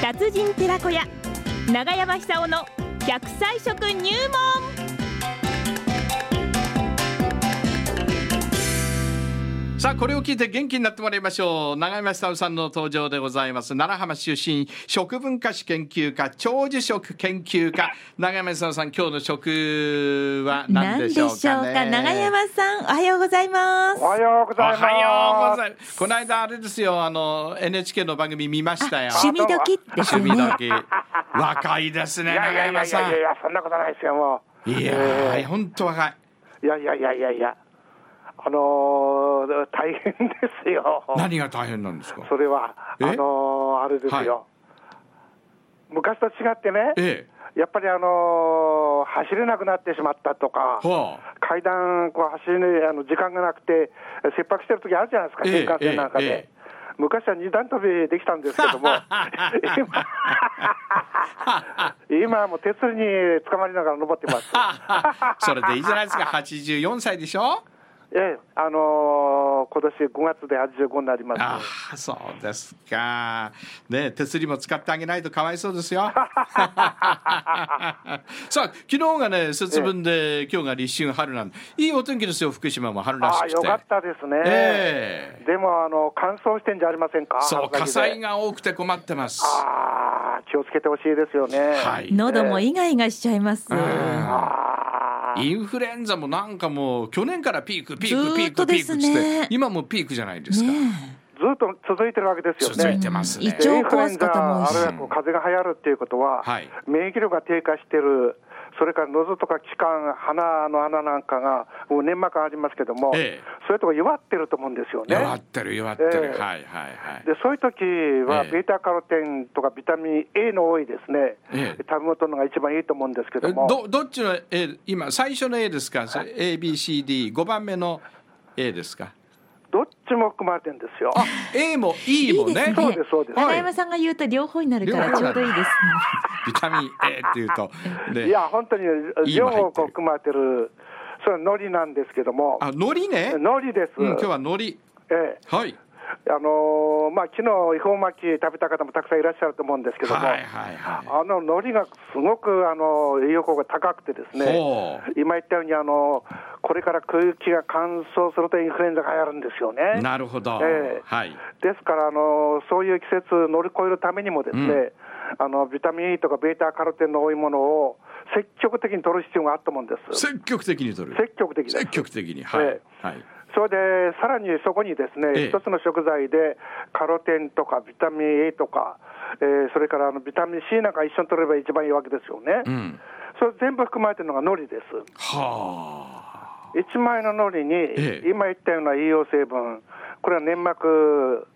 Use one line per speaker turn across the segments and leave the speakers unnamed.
達人寺子屋長山久夫の100歳食入門
さあこれを聞いて元気になってもらいましょう長山久夫さんの登場でございます奈良浜市出身食文化史研究家長寿食研究家長山久夫さん今日の食は何でしょうかね
長山さんおはようございます
おはようご
お
ざいます。
はようございますこの間あれですよあの NHK の番組見ましたよ
趣味時です
趣味
ね
時若いですね
いや
長
いやい
山
やいや
さ
いやいや、そんなことないですよ、も。
んいやー本当若いう
いやいやいやいやいや、あのー、大変ですよ。
何が大変なんですか
それは、
え
あのー、あれですよ、昔と違ってね、
え
やっぱりあのー、走れなくなってしまったとか
え、はあ
階段こう走れねあの時間がなくて、切迫してる時あるじゃないですか、
ええ
新幹線なんかで。
ええええ
昔は二段飛びできたんですけ ども、今、今はもう手すりに捕まりながら登って ます。
それでいいじゃないですか84歳でしょ
ええ、あのー今年5月で85になります。
ああそうですかね手すりも使ってあげないとかわいそうですよ さあ昨日がね節分で今日が立春春なんでいいお天気ですよ福島も春らし
ああ、
くて
よかったですね。
ええ
でも、あの、乾燥してんじゃありませんか
そう火
春先
災
で
が多くて困ってます
ああ、気をつけてほしいですよね。
はい
喉もイガイガしちゃいます
ああ、
インフルエンザもなんかもう去年からピークピー
ず
クピ
ーっ
ー
と
クピ
です
ークっ
ね
つって今もピークじゃないですか、
ね
ずっと続いてるわけですよね。
続いてます
イ
ね
ンフルエン腸を壊す方も多いし
あるいはこう風邪が流行るっていうことは、
はい
免疫力が低下してる、それから喉とか気管、鼻の穴なんかが、もう粘膜がありますけども、
ええ
そういうとこ弱ってると思うんですよね。
弱ってる弱ってる、
え
はい
え
はいはい
でそういう時は、
ええ
ベータカロテンとかビタミン A の多いですね、
ええ
食べ物を取るのが一番いいと思うんですけ
え
ども、
どどっちの A 今最初の A ですか ABCD5 番目の A ですか
どっちも含まれてるんですよ。
あ A も E
い
も
いですね
ね
そうですそうです
はい
長山さんが言うと両方になるからちょうどいいですね
ビタミン A っていうと
い
で
や、本当に
いいの
両
入ってる
方こう含まれてる、それは海苔なんですけども、
あ海苔ね、
海苔です。
うん、今日は海苔
ええ
はい
あのーまあ昨日恵方巻き食べた方もたくさんいらっしゃると思うんですけども、
はいはいは
あの海苔がすごくあの栄養効果が高くてです
い、
ね。
ほう
今言ったようにあのこれから空気が乾燥するとインフルエンザが流行るんですよね。
なるほど、
ええ
はい
ですからあのそういう季節乗り越えるためにもですね、あのビタミン E とかベータカロテンの多いものを積極的に取る必要があったもんです。
積極的に取る
積極的です
積。極的にはい、
え
はい
それでさらにそこにです
ええ
ね、一つの食材でカロテンとかビタミン A とか、えーそれからあのビタミン C なんか一緒に取れば一番いいわけですよね。
うん
それ全部含まれてるのが海苔です。
はあ
一枚の海苔に、
ええ
今言ったような栄養成分、これは粘膜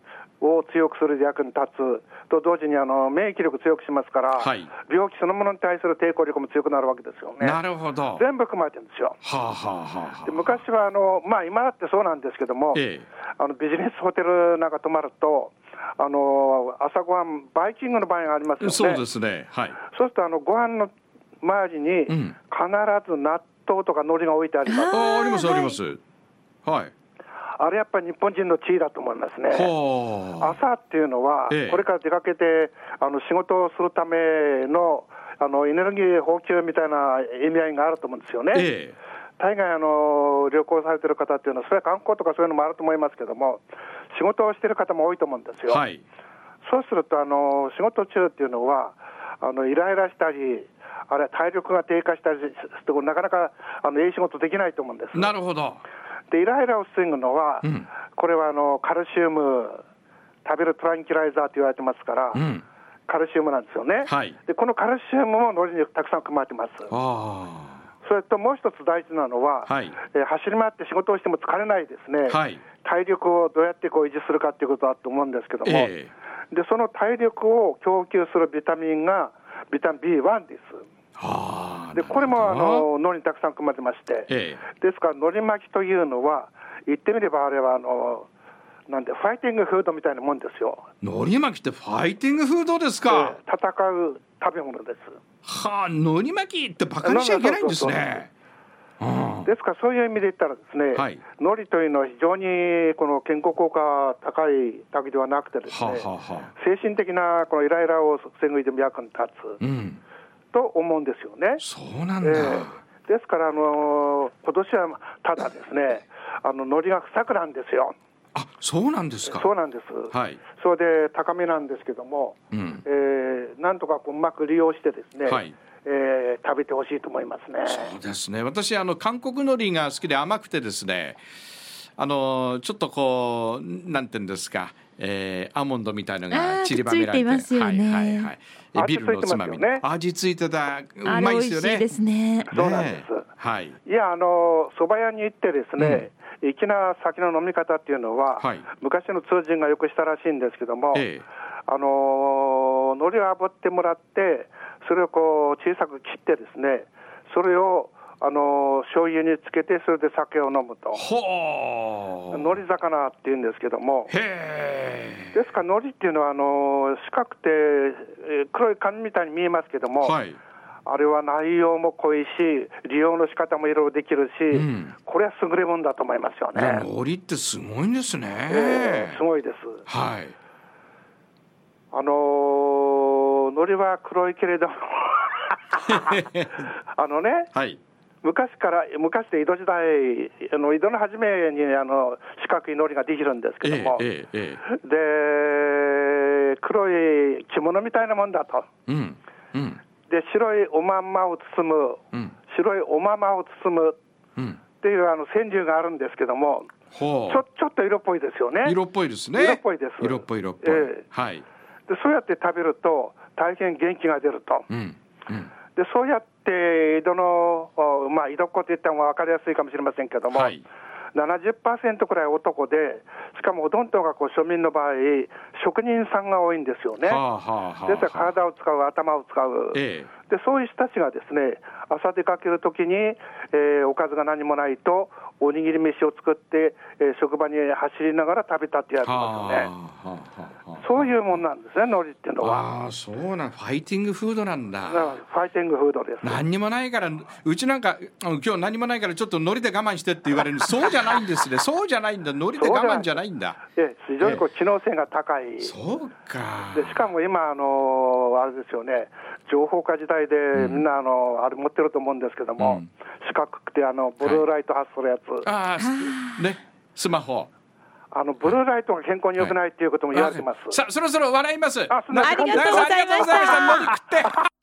を強くする役に立つと同時にあの免疫力強くしますから、
はい
病気そのものに対する抵抗力も強くなるわけですよね。
なるほどは
全部含まれてるんですよ。
あはあはあは
で
あ
昔はあの、まあ、今だってそうなんですけども、
ええ
あのビジネスホテルなんか泊まると、あの朝ごはん、バイキングの場合がありますよね、
そうですねはい
そうするとあのご飯の周りに必
ん
ず納豆とか海苔が置いてあります、
ああります
はい
ありますはい
あれやっぱり日本人の地位だと思いますね。
はあ
朝っていうのは、
ええ
これから出かけてあの仕事をするためのあのエネルギー補給みたいな意味合いがあると思うんですよね。
ええ
大概あの旅行されてる方っていうのは、それは観光とかそういうのもあると思いますけども、仕事をしてる方も多いと思うんですよ。
はい
そうするとあの仕事中っていうのはあのイライラしたり、あるいは体力が低下したりして、なかなかあのいい仕事できないと思うんです。
なるほど
でイライラを防ぐのは、
うん
これはあのカルシウム食べるトランキュライザーと言われてますから、
うん
カルシウムなんですよね。
はい
でこのカルシウムも海苔にたくさん含まれてます。
あ
それともう一つ大事なのは、
はい
えー走り回って仕事をしても疲れないですね、
あはい
体力をどうやってこう維持するかということだと思うんですけども、
ええ
でその体力を供給するビタミンがビタミン B1 です。
はあ
でこれもあ
なるほど
の脳にたくさん含まれてまして、
え
ですから海苔巻きというのは言ってみればあれはあのなんでファイティングフードみたいなもんですよ。
え海苔巻きってファイティングフードですか
えー戦う食べ物です。
はあ海苔巻きってバカにしちゃいけないんですねうん
ですからそういう意味で言ったらですね、
はい
のりというのは非常にこの健康効果が高いだけではなくてですね、
はあはあはあ
精神的なこのイライラを防ぐ意味でも役に立つ
うん、
と思うんですよね。
そうなんだ、
ええですから、あの今年はただですね、あののりが不作なんですよ。
あそうなんですか
そうなんです。
はい
それで高めなんですけども、
うん
えーなんとかこううまく利用してですね、
はい
えー食べてほしいと思いますね。
そうですね私あの韓国のりが好きで甘くてですねあのちょっとこうなんていうんですか、えー、アーモンドみたいの
あ
が
ー
散りばめられて
くっついてますよね
はいはいはいえ
味
ビールのおつまみに
ついてますよね
味ついてたう
あ
ま
れ
い
美味
ですよ
しい
ね
ですね。
そうなんです
ねえはい
いや、あの蕎麦屋に行ってですね、粋な酒の飲み方っていうのは、
はい
昔の通人がよくしたらしいんですけども、
ええ
あの海苔を炙ってもらって、それをこう小さく切ってですね、それをあの醤油につけて、それで酒を飲むと、
ほう
海苔魚っていうんですけども。
へ
ですから海苔っていうのはあの四角くてえー黒い紙みたいに見えますけど
え
も、
はい
あれは内容も濃いし利用の仕方もいろいろできるし、
ん
これは優れもんだと思いますよ
いや
ね。
のりってすごいんですね、
えーすごいです。
はい
あのー、海苔は黒い けれどもあのね
はい
昔から昔で江戸時代あの江戸の初めにあの四角い海苔ができるんです
え
けど
え
も、
えええ
で黒い着物みたいなもんだと。
えうんうん
で白いおまんまを包む、
うん
白いおままを包む
うん
っていうあの川柳があるんですけども、
ほ
ちょちょっと色っぽいですよね。
色っぽいですね。
色っぽいです
色っぽい色っぽい。
ええ
はい。
でそうやって食べると大変元気が出ると。
うん。うん。
でそうやって江戸のおまあ江戸っ子と言った方が分かりやすいかもしれませんけども。
はい。
70%くらい男で、しかもほとんどがこう庶民の場合、職人さんが多いんですよね。
はあはあはあ。
ですから体を使う、頭を使う、
ええ
でそういう人たちがですね朝出かけるときに、えーおかずが何もないと、おにぎり飯を作って、えー職場に走りながら食べたってやつです
はあ
よ
はあ
ね。
はあはあ。
そういうもんなんですね、海苔っていうのは。
ああそうなん。ファイティングフードなん
だから
だ。
ファイティングフードです。
何にもないからうちなんかうん今日何もないからちょっと海苔で我慢してって言われる。そうじゃないんです ね。そうじゃないんだ。海苔で我慢じゃないんだ。
ええ非常にこう機能性が高い。
そうか。
でしかも今、あのあれですよね、情報化時代で、みんな、あのあれ持ってると思うんですけど
う
も、
ん
四角くてあの、ブルーライト発するやつ、
ああねスマホ。
あの、ブルーライトが健康に良くないっていうことも言われてます。
さあそろそろ笑います。
あすみません
奈良さんありがとうございました。海苔食って。